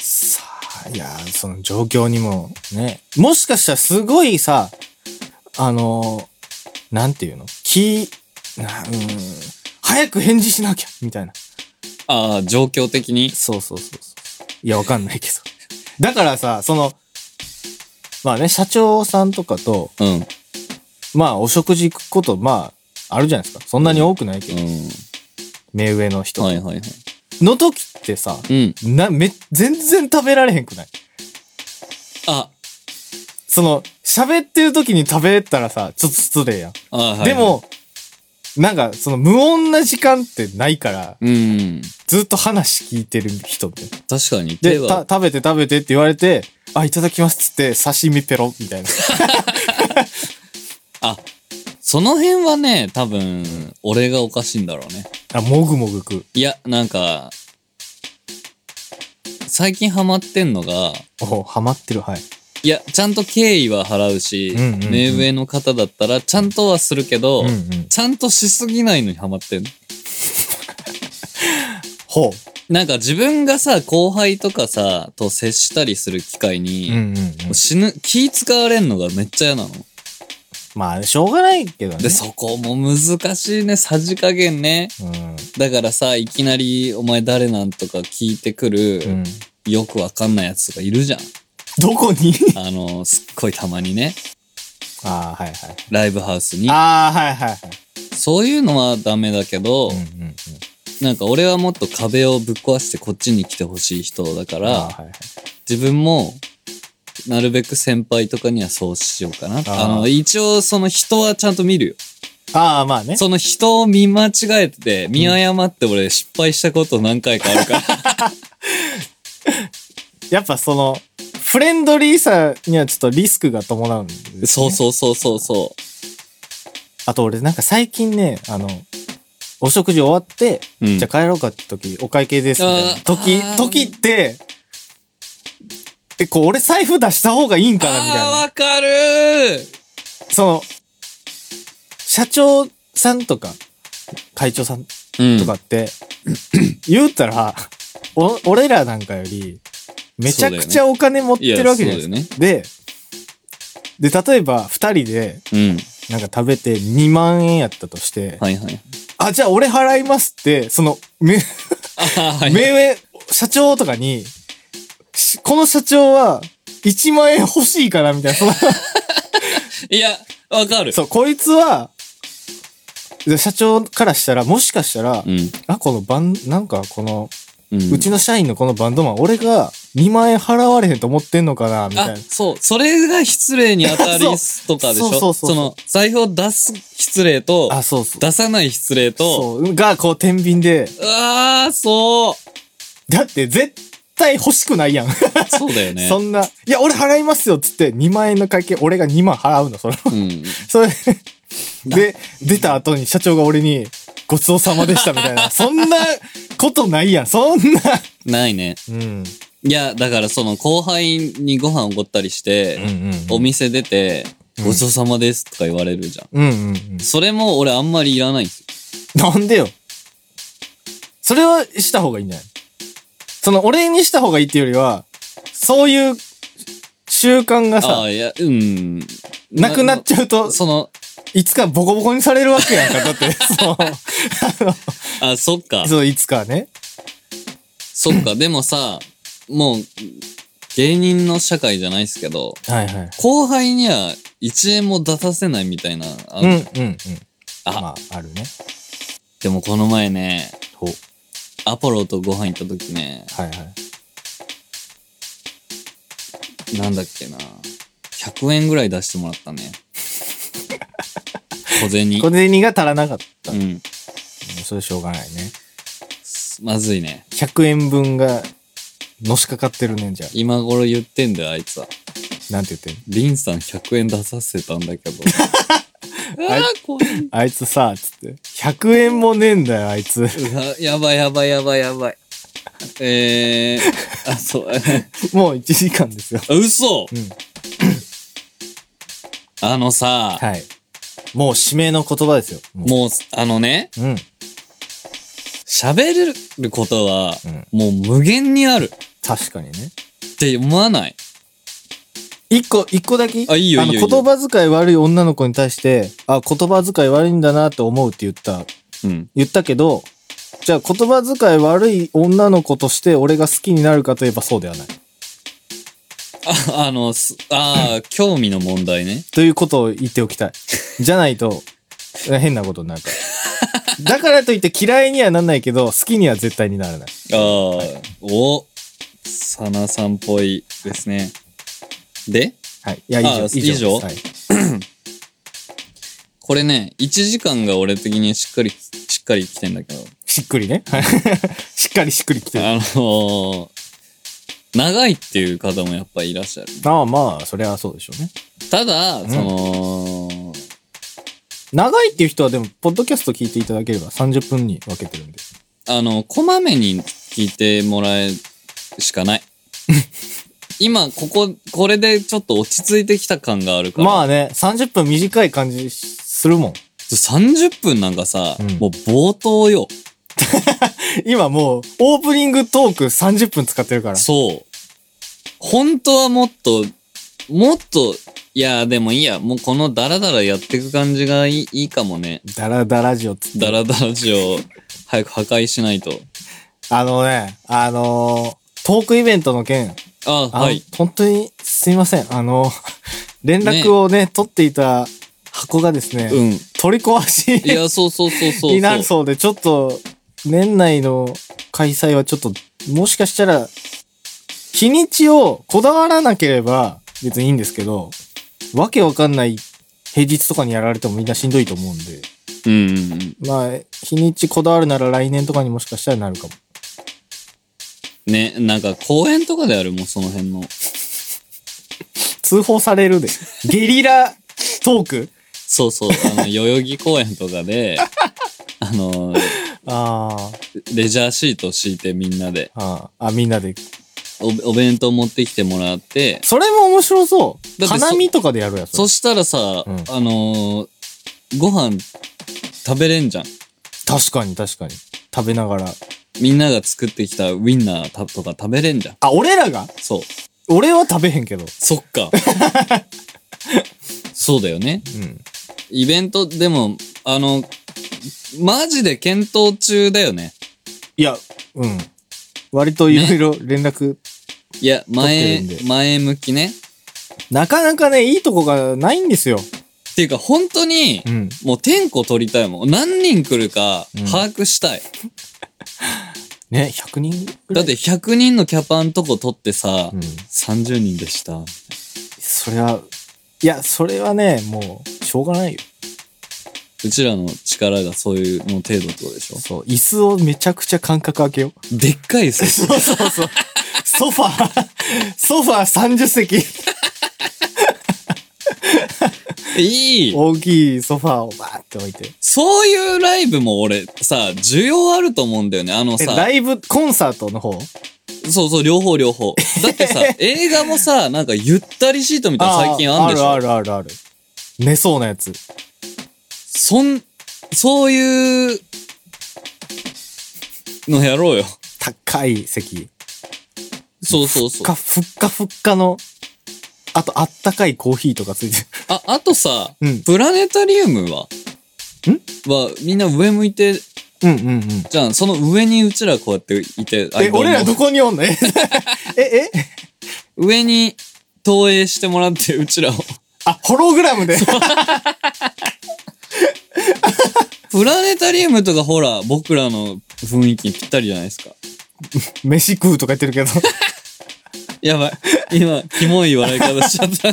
Speaker 2: さあ、いや、その状況にもね、もしかしたらすごいさ、あの、なんていうの気、なうん、早く返事しなきゃみたいな。
Speaker 1: ああ、状況的に。
Speaker 2: そうそうそうそいや、わかんないけど。だからさ、その、まあね、社長さんとかと、
Speaker 1: うん。うん。
Speaker 2: まあ、お食事行くこと、まあ、あるじゃないですか。そんなに多くないけど、目上の人。
Speaker 1: はいはいはい。
Speaker 2: の時ってさ、
Speaker 1: うん。
Speaker 2: な、め、全然食べられへんくない
Speaker 1: あ、
Speaker 2: その、喋ってる時に食べたらさ、ちょっと失礼やん。
Speaker 1: あはい、
Speaker 2: で、も、なんか、その無音な時間ってないから、
Speaker 1: うん。
Speaker 2: ずっと話聞いてる人みたいな。
Speaker 1: 確かに手
Speaker 2: で、
Speaker 1: は
Speaker 2: た、食べて食べてって言われて、あ、いただきますっつって、刺身ペロみたいな。
Speaker 1: あ、その辺はね、多分、俺がおかしいんだろうね。
Speaker 2: あ、もぐもぐ食う。
Speaker 1: いや、なんか、最近ハマってんのが、
Speaker 2: おハマってる、はい。
Speaker 1: いや、ちゃんと敬意は払うし、
Speaker 2: うんうんうん
Speaker 1: 目上の方だったら、ちゃんとはするけど、
Speaker 2: うんうん。
Speaker 1: ちゃんとしすぎないのにハマってんの。
Speaker 2: ほ
Speaker 1: なんか自分がさ、後輩とかさ、と接したりする機会
Speaker 2: う。
Speaker 1: に、
Speaker 2: うんうんうん。
Speaker 1: 死ぬ、気使われんのがめっちゃ嫌なの。
Speaker 2: まあ、しょうがないけどね。
Speaker 1: で、そこも難しいね、さじ加減ね。
Speaker 2: うん。
Speaker 1: だからさ、いきなり、お前誰なんとか聞いてくる、
Speaker 2: うん。
Speaker 1: よくわかんないやつがいるじゃん。
Speaker 2: どこに
Speaker 1: あの、すっごいたまにね、
Speaker 2: ああ、はいはい。
Speaker 1: ライブハウスに。
Speaker 2: ああ、はいはいはい。
Speaker 1: そういうのはダメだけど、
Speaker 2: うんうんうん。
Speaker 1: なんか俺はもっと壁をぶっ壊してこっちに来てほしい人だか
Speaker 2: ああ、
Speaker 1: ら、
Speaker 2: はいはい。
Speaker 1: 自分も、なるべく先輩とかにはそうしようかな。
Speaker 2: ー
Speaker 1: あの、一応その人はちゃんと見るよ。
Speaker 2: ああ、まあね。
Speaker 1: その人を見間違えてて、見誤って俺失敗したこと何回かある から。
Speaker 2: やっぱその、フレンドリーさにはちょっとリスクが伴うんです、ね。
Speaker 1: そうそうそうそうそ
Speaker 2: あと俺なんか最近ね、あの、お食事終わって、
Speaker 1: う。うん
Speaker 2: じゃあ帰ろうかって時、お会計ですみたいな
Speaker 1: あー
Speaker 2: 時
Speaker 1: あ、ー
Speaker 2: 時って、え、こう俺財布出した方がいいんかなみたい
Speaker 1: あー、
Speaker 2: な。
Speaker 1: わかるー
Speaker 2: その、社長さんとか、会長さん
Speaker 1: うん
Speaker 2: と かって、言うたら、お、俺らなんかより、めちゃくちゃお金持ってるわけじゃないですか。
Speaker 1: いや
Speaker 2: で、で、例えば二人で、
Speaker 1: うん。
Speaker 2: なんか食べて2万円やったとして、
Speaker 1: はい はい。
Speaker 2: あ、じゃあ俺払いますって、その、め、
Speaker 1: あーはい
Speaker 2: 目上、社長とかに、しこの社長は1万円欲しいからみたい な。その
Speaker 1: いや、わかる。
Speaker 2: そう、こいつは、で社長からしたら、もしかしたら、
Speaker 1: うん。
Speaker 2: あ、このバン、なんかこの、
Speaker 1: うん。
Speaker 2: うちの社員のこのバンドマン、俺が2万円払われへんと思ってんのかなみたいな
Speaker 1: あ、。そう。それが失礼に当たりとかでしょ
Speaker 2: そうそうそうそう
Speaker 1: の、財布を出す失礼と、
Speaker 2: あ、そうそう。
Speaker 1: 出さない失礼と、
Speaker 2: そう。が、こう、天秤で。
Speaker 1: うわー、そう。
Speaker 2: だって、絶対欲しくないやん。
Speaker 1: そうだよね。
Speaker 2: そんな、いや、俺払いますよっつって、2万円の会計、俺が2万払うの、その。
Speaker 1: うん。
Speaker 2: それで、出た後に社長が俺に、ごちそうさまでしたみたい な。そんなことないやん。そんな。
Speaker 1: ないね。
Speaker 2: うん。
Speaker 1: いや、だからその後輩にご飯おごったりして、お店出て、
Speaker 2: うん
Speaker 1: ごちそうさまですとか言われるじゃん。
Speaker 2: うんうんうん。
Speaker 1: それも俺あんまりいらないんですよ。
Speaker 2: なんでよ。それはした方がいいんじゃないその、俺にした方がいいっていうよりは、そういう習慣が
Speaker 1: あ
Speaker 2: さ、
Speaker 1: あ、いや、うん。
Speaker 2: なくなっちゃうと、
Speaker 1: その、
Speaker 2: いつかボコボコにされるわけやんか。だ って、そう
Speaker 1: あ、そっか。
Speaker 2: そう、いつかね。
Speaker 1: そっか、でもさ、もう、芸人の社会じゃないですけど、
Speaker 2: はいはい。
Speaker 1: 後輩には1円も出させないみたいな。あ
Speaker 2: うんうんうん。
Speaker 1: あ
Speaker 2: まあ、あるね。
Speaker 1: でもこの前ね、
Speaker 2: ほう。
Speaker 1: アポロとご飯行った時ね、
Speaker 2: はいはい。
Speaker 1: なんだっけな、100円ぐらい出してもらった ね。小銭。
Speaker 2: 小銭が足らなかった。
Speaker 1: う
Speaker 2: うん
Speaker 1: ん。
Speaker 2: それしょうがないね。
Speaker 1: まずいね。
Speaker 2: 100円分が、のしかかってるねんじゃあ。
Speaker 1: 今頃言ってんだよ、あいつは。
Speaker 2: なんて言ってんの
Speaker 1: リンさん100円出させたんだけ ど。うわー怖い。
Speaker 2: あいつさ、つって。100円もねえんだよ、あいつ。
Speaker 1: うわやばいやばいやばいやばい。えー、あ、そう。
Speaker 2: もう1時間ですよ。
Speaker 1: あ嘘
Speaker 2: うん。
Speaker 1: あのさ、
Speaker 2: はい。もう指名の言葉ですよ。も
Speaker 1: もう、あのね、
Speaker 2: う。うん。
Speaker 1: 喋ることは、
Speaker 2: うん
Speaker 1: もう無限にある
Speaker 2: 確かにね。
Speaker 1: って思わない。
Speaker 2: 一個、一個だけ
Speaker 1: あいいよいいよいいよ
Speaker 2: の、言葉遣い悪い女の子に対して、あ、言葉遣い悪いんだなって思うって言った。
Speaker 1: うん。
Speaker 2: 言ったけど、じゃあ言葉遣い悪い女の子として俺が好きになるかといえばそうではない。
Speaker 1: あ、あの、すああ、興味の問題ね。
Speaker 2: ということを言っておきたい。じゃないと、変なことになるから。だからといって嫌いにはなんないけど、好きには絶対にならない。
Speaker 1: ああ、お、サナさんっぽいですね。で、
Speaker 2: はい。いや、
Speaker 1: あ
Speaker 2: 以上。
Speaker 1: 以上
Speaker 2: はい、
Speaker 1: これね、1時間が俺的にしっかり、しっかり来てんだけど、
Speaker 2: しっくりね。 はいしっかりしっくりきてる。
Speaker 1: あのー長いっていう方もやっぱいらっしゃる。
Speaker 2: ああ、まあ、それはそうでしょうね。
Speaker 1: ただ、
Speaker 2: ん
Speaker 1: その、
Speaker 2: 長いっていう人はでも、ポッドキャスト聞いていただければ30分に分けてるんで。
Speaker 1: あの、こまめに聞いてもらえしかない。今、ここ、これでちょっと落ち着いてきた感があるから。
Speaker 2: まあね、30分短い感じするもん。
Speaker 1: 30分なんかさ、
Speaker 2: うん
Speaker 1: もう冒頭よ。
Speaker 2: 今もう、オープニングトーク30分使ってるから。
Speaker 1: そう。本当はもっと、もっと、いや、でもいいや、もうこのダラダラやっていく感じがいいいいかもね。
Speaker 2: ダラダラジオっつって
Speaker 1: ダラダラジオ、早く破壊しないと。
Speaker 2: あのね、あのートークイベントの件、
Speaker 1: あ、
Speaker 2: あの
Speaker 1: はい。
Speaker 2: 本当にすいません。あの、 連絡をね、取っていた箱がですね、
Speaker 1: うん。い
Speaker 2: 取り壊し
Speaker 1: や、そうそうそうそうそう。
Speaker 2: になるそうで、ちょっと、年内の開催はちょっと、もしかしたら、日にちをこだわらなければ別にいいんですけど、わけわかんない平日とかにやられてもみんなしんどいと思うんで、
Speaker 1: うんうんうん。
Speaker 2: まあ、日にちこだわるなら来年とかにもしかしたらなるかも。
Speaker 1: ね、なんか公園とかであるもん、その辺の。
Speaker 2: 通報されるで。ゲリラトーク
Speaker 1: そうそう、あの、代々木公園とかで、あの、
Speaker 2: あ
Speaker 1: レジャーシート敷いてみんなで、
Speaker 2: あ、ああ、あみんなで。
Speaker 1: おお弁当持ってきてもらって、
Speaker 2: それも面白そう。
Speaker 1: だってそ
Speaker 2: 花見とかでやるやつ。
Speaker 1: そしたらさ、
Speaker 2: うん
Speaker 1: あのーご飯食べれんじゃん。
Speaker 2: 確かに確かに。食べながら。
Speaker 1: みんなが作ってきたウインナーたとか食べれんじゃん。
Speaker 2: あ、俺らが
Speaker 1: そう。
Speaker 2: 俺は食べへんけど。
Speaker 1: そっ か。そうだよね。
Speaker 2: うん。
Speaker 1: イベント、でも、あの、マジで検討中だよね。
Speaker 2: いや、うん。割といろいろ連絡、
Speaker 1: いや、前
Speaker 2: 撮ってるん、で
Speaker 1: 前向きね。
Speaker 2: なかなかね、いいとこがないんですよ。
Speaker 1: っていうか、本当に、
Speaker 2: ん。
Speaker 1: もう天候取りたいもん。何人来るか
Speaker 2: うん
Speaker 1: 把握したい。
Speaker 2: ね、100人ぐら
Speaker 1: だ
Speaker 2: い。
Speaker 1: って100人のキャパんとこ取ってさ、
Speaker 2: うん。
Speaker 1: 30人でした。
Speaker 2: それは、いや、それはね、もう、しょうがないよ。
Speaker 1: うちらの力がそういうの程度ってことでしょ
Speaker 2: そう、椅子をめちゃくちゃ間隔空けよう。
Speaker 1: でっかい ですよ。
Speaker 2: そうそうそう。ソファー、ソファー30席。
Speaker 1: いい
Speaker 2: 大きいソファーをバーって置いて。
Speaker 1: そういうライブも俺、さ、需要あると思うんだよね。あの
Speaker 2: え、
Speaker 1: さ
Speaker 2: ラ、イブ、コンサートの方
Speaker 1: そうそう、両方両方。だって さ、映画もさ、なんかゆったりシートみたいなの最近あんでしょ
Speaker 2: あるあるあるある。寝そうなやつ。
Speaker 1: そん、そういう、のやろうよ。
Speaker 2: 高い席。
Speaker 1: そうそうそう
Speaker 2: ふっか、。ふっかふっかの。あと、あったかいコーヒーとかついて
Speaker 1: あ、あとさ、
Speaker 2: る。うん。
Speaker 1: プラネタリウムは
Speaker 2: ん
Speaker 1: は、みんな上向いて、
Speaker 2: うんうんうん。
Speaker 1: じゃん。その上にうちらこうやっていて、アイ
Speaker 2: え、
Speaker 1: ドル
Speaker 2: 俺
Speaker 1: の
Speaker 2: らどこにおんのえ、 え、え
Speaker 1: 上に投影してもらって、うちらを。
Speaker 2: あ、ホログラムで。
Speaker 1: プラネタリウムとかほら、僕らの雰囲気にぴったりじゃないですか。
Speaker 2: 飯食うとか言ってるけど。
Speaker 1: や ばい。今、キモい笑い方しちゃった。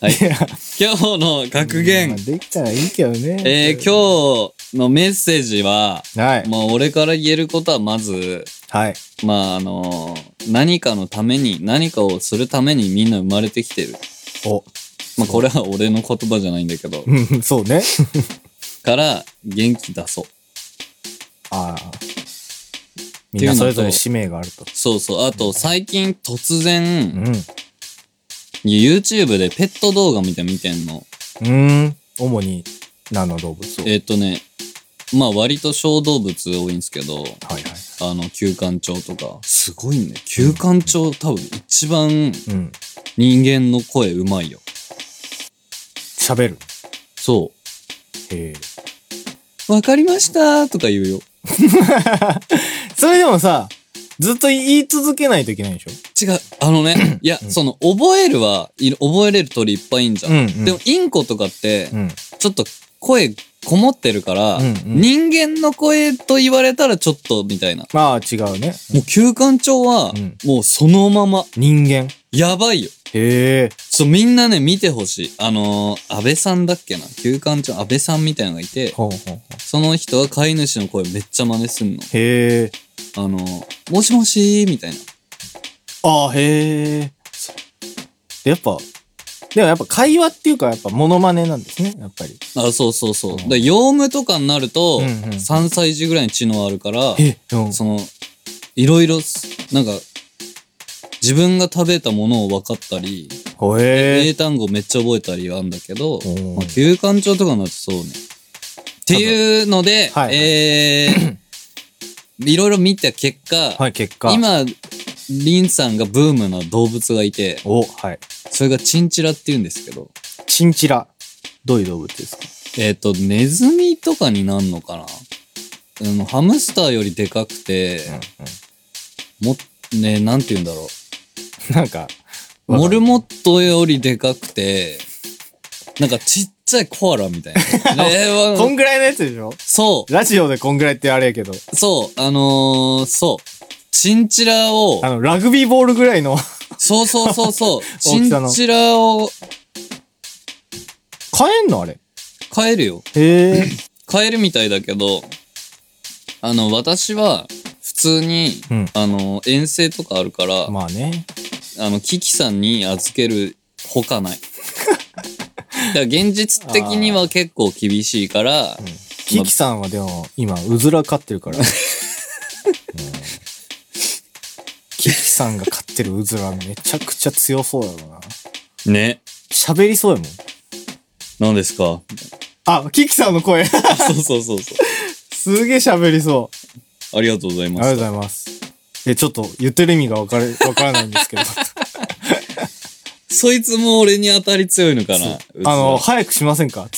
Speaker 1: はい
Speaker 2: いや、
Speaker 1: 今日の格
Speaker 2: まあ
Speaker 1: 言。
Speaker 2: できたらいいけどね。
Speaker 1: えー、今日のメッセージは、
Speaker 2: 日。はい。
Speaker 1: まあ、俺から言えることはまず、
Speaker 2: はい。
Speaker 1: まあ、あの何かのために、何かをするためにみんな生まれてきてる。
Speaker 2: お。
Speaker 1: まあ、これは俺の言葉じゃないんだけど、
Speaker 2: うん、そうね。
Speaker 1: から元気出そう。
Speaker 2: ああ。みんなそれぞれ使命があると。
Speaker 1: そうそう。あと、最近突
Speaker 2: う
Speaker 1: 然、
Speaker 2: ん。う
Speaker 1: YouTube でペット動画みたいなの見てんの。
Speaker 2: ーん。主に、何の動物を。はい
Speaker 1: えっ、とね、まあ割と小動物多いんですけど、
Speaker 2: はい。
Speaker 1: あの、休館鳥とか。すごいね。休館鳥多分一番
Speaker 2: うん。
Speaker 1: 人間の声うまいよ。
Speaker 2: 喋る。
Speaker 1: そ
Speaker 2: へえ。
Speaker 1: わかりましたとか言うよ。
Speaker 2: それでもさ、ずっと言い続けないといけないでしょ
Speaker 1: 違う。あの ね、いや、その、覚えるは、いろ覚えれる鳥いっぱいいんじゃん。
Speaker 2: うんうん
Speaker 1: でも、インコとかって、
Speaker 2: うん。
Speaker 1: ちょっと声こもってるから、
Speaker 2: うんうん
Speaker 1: 人間の声と言われたらちょっと、みたいな。
Speaker 2: まあ違うね。
Speaker 1: もう、休館長は
Speaker 2: うん、
Speaker 1: もうそのまま、
Speaker 2: 人間。
Speaker 1: やばいよ。
Speaker 2: へえ。
Speaker 1: ちょ、みんなね、見てほしい。あのー、安倍さんだっけな。休館長、安倍さんみたいなのがいて、
Speaker 2: ほうほうほう。
Speaker 1: その人は飼い主の声めっちゃ真似すんの。
Speaker 2: へえ。
Speaker 1: あのー、もしもしーみたいな。
Speaker 2: ああ、へえ。そうやっぱ、でもやっぱ会話っていうか、やっぱモノマネなんですね、やっぱり。
Speaker 1: あ、そうそうそうう。
Speaker 2: ん
Speaker 1: で、ヨウムとかになると、
Speaker 2: うんうん
Speaker 1: 3歳児ぐらいの知能あるから、
Speaker 2: え、うん。
Speaker 1: その、いろいろす、なんか、自分が食べたものを分かったり、
Speaker 2: ほえ
Speaker 1: 英単語めっちゃ覚えたりはあるんだけど
Speaker 2: お、ー
Speaker 1: まあ、休館長とかになるとそうね。っていうので、
Speaker 2: はいはい
Speaker 1: えー、いろいろ見た結果、
Speaker 2: はい、結果。。
Speaker 1: 今、リンさんがブームの動物がいて、
Speaker 2: お、はい。
Speaker 1: それがチンチラって言うんですけど、
Speaker 2: チンチラ。どういう動物ですか
Speaker 1: えっ、と、ネズミとかになんのかなあのハムスターよりでかくて、も、ね、なんて言うんだろう。
Speaker 2: なんか、
Speaker 1: モ
Speaker 2: わかる
Speaker 1: ルモットよりでかくて、なんかちっちゃいコアラみたいな。 令和の
Speaker 2: こんぐらいのやつでしょ
Speaker 1: そ
Speaker 2: ラジオでこんぐらいってあれやけど、
Speaker 1: う、そう、あのー、そう。チンチラを
Speaker 2: あ、の、ラグビーボールぐらいの
Speaker 1: そうそうそうそう、チ
Speaker 2: 大きさ
Speaker 1: ン
Speaker 2: の
Speaker 1: チラを
Speaker 2: 買えんのあれ。
Speaker 1: 変えるよ。
Speaker 2: へえ。
Speaker 1: 変えるみたいだけど、あの、私は、普通に、
Speaker 2: うん
Speaker 1: あの、遠征とかあるから、
Speaker 2: まあね。
Speaker 1: あの、キキさんに預けるほか ない。だから現実的には結構厳しいから、
Speaker 2: キキさんはでも、今、うずら飼ってる から。うんキキさんが飼ってるうずらめちゃくちゃ強そうやろな。
Speaker 1: ね。
Speaker 2: 喋りそうやもん。
Speaker 1: 何ですか
Speaker 2: あ、キキさんの声。
Speaker 1: そうそうそうそ
Speaker 2: すげえ喋りそう。
Speaker 1: う。ありがとうござい
Speaker 2: あり
Speaker 1: ま
Speaker 2: がとう
Speaker 1: す
Speaker 2: ご。ざいます。え、ちょっと言ってる意味がわかる、 わからないんですけど。
Speaker 1: そいつも俺に当たり強いのかなうずら
Speaker 2: あの、早くしません か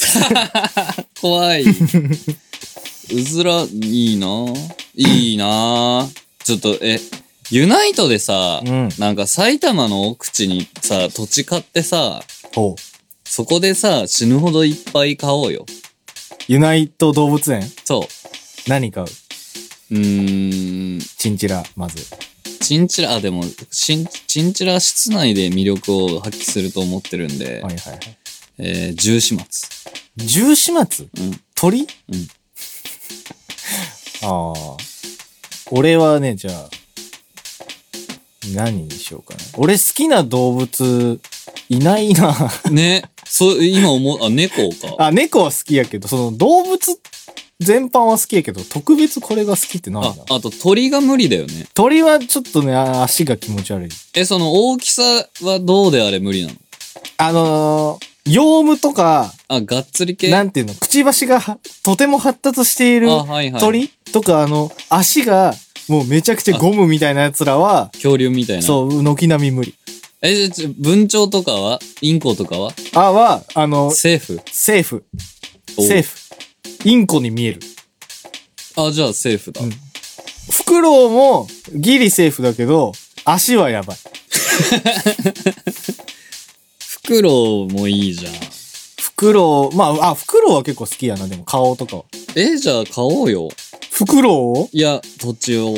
Speaker 1: 怖 い。うずら、いいなぁいいなぁちょっと、え、ユナイトでさ、
Speaker 2: うん
Speaker 1: なんか埼玉の奥地にさ、土地買ってさ、
Speaker 2: ほう。
Speaker 1: そこでさ、死ぬほどいっぱい買おうよ。
Speaker 2: ユナイト動物園
Speaker 1: そ
Speaker 2: 何買う
Speaker 1: う。うーん、
Speaker 2: チンチラ、まず。
Speaker 1: チンチラ、あ、でも、チンチンチラ室内で魅力を発揮すると思ってるんで、
Speaker 2: はいはいはい。
Speaker 1: えー、重始末。
Speaker 2: 十始末
Speaker 1: うん。
Speaker 2: 鳥
Speaker 1: うん。
Speaker 2: ああ。俺はね、じゃあ、何にしようかな。俺好きな動物、いない な。
Speaker 1: ね、そう、今思う、あ、猫か。
Speaker 2: あ、猫は好きやけど、その動物全般は好きやけど、特別これが好きってない
Speaker 1: あ
Speaker 2: な。、
Speaker 1: あと鳥が無理だよね。
Speaker 2: 鳥はちょっとね、あ足が気持ち悪い。
Speaker 1: え、その大きさはどうであれ無理なの
Speaker 2: あのー、ヨウムとか、
Speaker 1: あ、がっつり系
Speaker 2: なんていうの、くちばしがはとても発達している
Speaker 1: あ、はいはい。
Speaker 2: 鳥とか、あの、足がもうめちゃくちゃゴムみたいなやつらは、
Speaker 1: 恐竜みたいな。う。
Speaker 2: そう、軒並み無理。
Speaker 1: え、じゃちょ、文鳥とかはインコとかは
Speaker 2: あは、あの、
Speaker 1: セーフ
Speaker 2: セーフ。
Speaker 1: お
Speaker 2: セーフ。インコに見える。
Speaker 1: あ、じゃあセーフだ。
Speaker 2: うんフクロウもギリセーフだけど、足はやばい。
Speaker 1: フクロウもいいじゃん。
Speaker 2: フクロウ、まあ、あ、フクロウは結構好きやな、でも顔とかは。
Speaker 1: え、じゃあ買おうよ。
Speaker 2: フクロウを
Speaker 1: いや、土地を。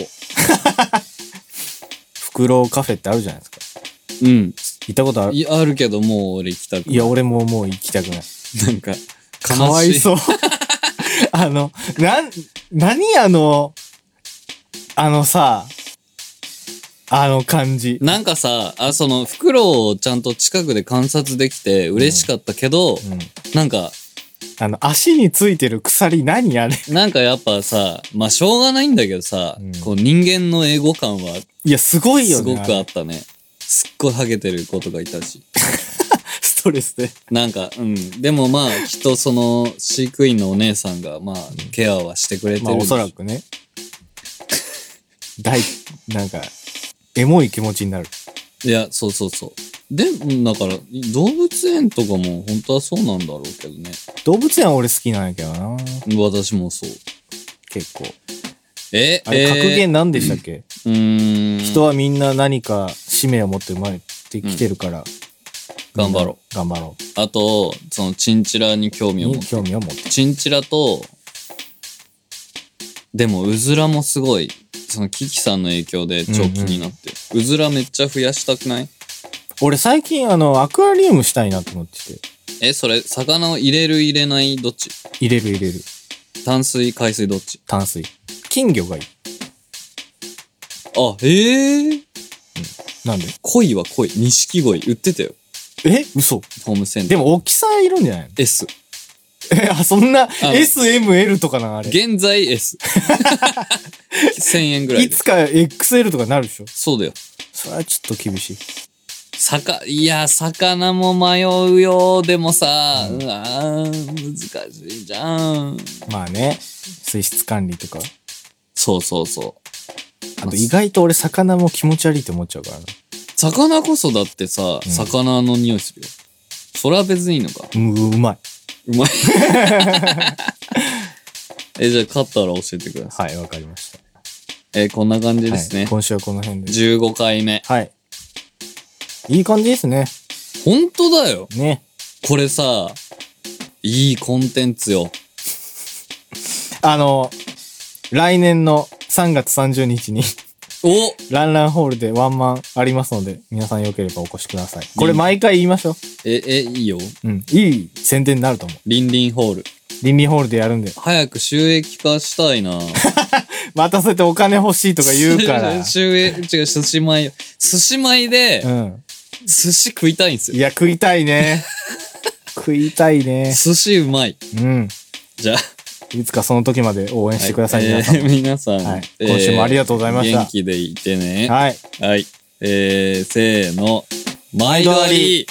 Speaker 2: フクロウカフェってあるじゃないですか。
Speaker 1: うん。
Speaker 2: 行ったことある
Speaker 1: いあるけど、もう俺行きたくない
Speaker 2: いや、俺ももう行きたくない。
Speaker 1: なんか、悲しい。
Speaker 2: かわい そう。あの、なん、何あの、あのさ、あの感じ。
Speaker 1: なんかさ、あ、その、フクロウをちゃんと近くで観察できて嬉しかったけど、
Speaker 2: うん。
Speaker 1: なんか、
Speaker 2: あの、足についてる鎖何あれ。
Speaker 1: なんかやっぱさ、まあしょうがないんだけどさ、
Speaker 2: うん
Speaker 1: こう人間の英語感はい
Speaker 2: や、すごいよ
Speaker 1: す
Speaker 2: ね。
Speaker 1: ごくあったね。すっごいハゲてる子とかいたし。
Speaker 2: ストレスで。
Speaker 1: なんか、うん。でもまあ、きっとその、飼育員のお姉さんが、まあ、ケアはしてくれてる。
Speaker 2: まあ、おそら。くね。大、なんか、エモい気持ちになる。
Speaker 1: いや、そうそうそう。で、だから、動物園とかも本当はそうなんだろうけどね。
Speaker 2: 動物園は俺好きなんやけどな。
Speaker 1: 私もそう。
Speaker 2: 結構。
Speaker 1: え
Speaker 2: あれ、格言何でしたっけ、
Speaker 1: えーうーん。
Speaker 2: 人はみんな何か使命を持って生まれてきてるから。
Speaker 1: 頑張ろ
Speaker 2: う。頑張ろ
Speaker 1: う。あと、その、チンチラに興
Speaker 2: う。
Speaker 1: 味を持
Speaker 2: に
Speaker 1: って。
Speaker 2: 興味を持って。
Speaker 1: チンチラと、でも、うずらもすごい、その、キキさんの影響で超気になって。うずらめっちゃ増やしたくない
Speaker 2: 俺最近あの、アクアリウムしたいなと思ってて。
Speaker 1: え、それ、魚を入れる入れないどっち
Speaker 2: 入れる入れる。
Speaker 1: 淡水、海水どっち
Speaker 2: 淡水。金魚がいい。
Speaker 1: あ、ええー。
Speaker 2: なんで
Speaker 1: 鯉は鯉。錦鯉。売ってたよ。
Speaker 2: え嘘。
Speaker 1: ホームセンター。
Speaker 2: でも大きさいるんじゃないの
Speaker 1: S。
Speaker 2: え、あ、そんな、
Speaker 1: の
Speaker 2: S、M、L とかな、あれ。
Speaker 1: 現在 S。1000円ぐらい
Speaker 2: い
Speaker 1: で
Speaker 2: つ。か XL とかなるでしょ
Speaker 1: そうだよ。
Speaker 2: それはちょっと厳しい。
Speaker 1: 魚、いや、魚も迷うよ。でもさ、う
Speaker 2: うん
Speaker 1: わー難しいじゃん。
Speaker 2: まあね、水質管理とか。
Speaker 1: そうそうそう。
Speaker 2: あと意外と俺魚も気持ち悪いって思っちゃうからな。
Speaker 1: 魚こそだってさ、
Speaker 2: うん
Speaker 1: 魚の匂いするよ。それは別にいいのか。
Speaker 2: うん、うまい。
Speaker 1: うまい。 え、じゃあ、勝ったら教えてください。
Speaker 2: はい、わかりました。
Speaker 1: えこんな感じです
Speaker 2: は
Speaker 1: ね
Speaker 2: い。。今週はこの辺で。
Speaker 1: 15回目。
Speaker 2: はい。いい感じですね。
Speaker 1: ほんとだよ。
Speaker 2: ね。
Speaker 1: これさ、いいコンテンツよ。
Speaker 2: あの、来年の3月30日に、
Speaker 1: お
Speaker 2: ランランホールでワンマンありますので、皆さんよければお越しください。これ毎回言いましょう。
Speaker 1: え、え、いいよ。
Speaker 2: うん。いい宣伝になると思う。
Speaker 1: リンリンホール。
Speaker 2: 倫理ホールでやるんで。
Speaker 1: 早く収益化した いな
Speaker 2: 待たせてお金欲しいとか言うか ら。
Speaker 1: 収益、違う、寿司米よ。寿司米で
Speaker 2: う、ん。
Speaker 1: 寿司食いたいんです
Speaker 2: い
Speaker 1: よ。
Speaker 2: や、食いたい ね。食いたい ね。
Speaker 1: 寿司うまい。
Speaker 2: うん。
Speaker 1: じゃあ、
Speaker 2: いつかその時まで応援してください、
Speaker 1: は
Speaker 2: 皆さん。
Speaker 1: えー皆さん。
Speaker 2: はい今週もありがとうございました
Speaker 1: 元気でいてね。
Speaker 2: はい。
Speaker 1: はい。えー、せーの。毎度あり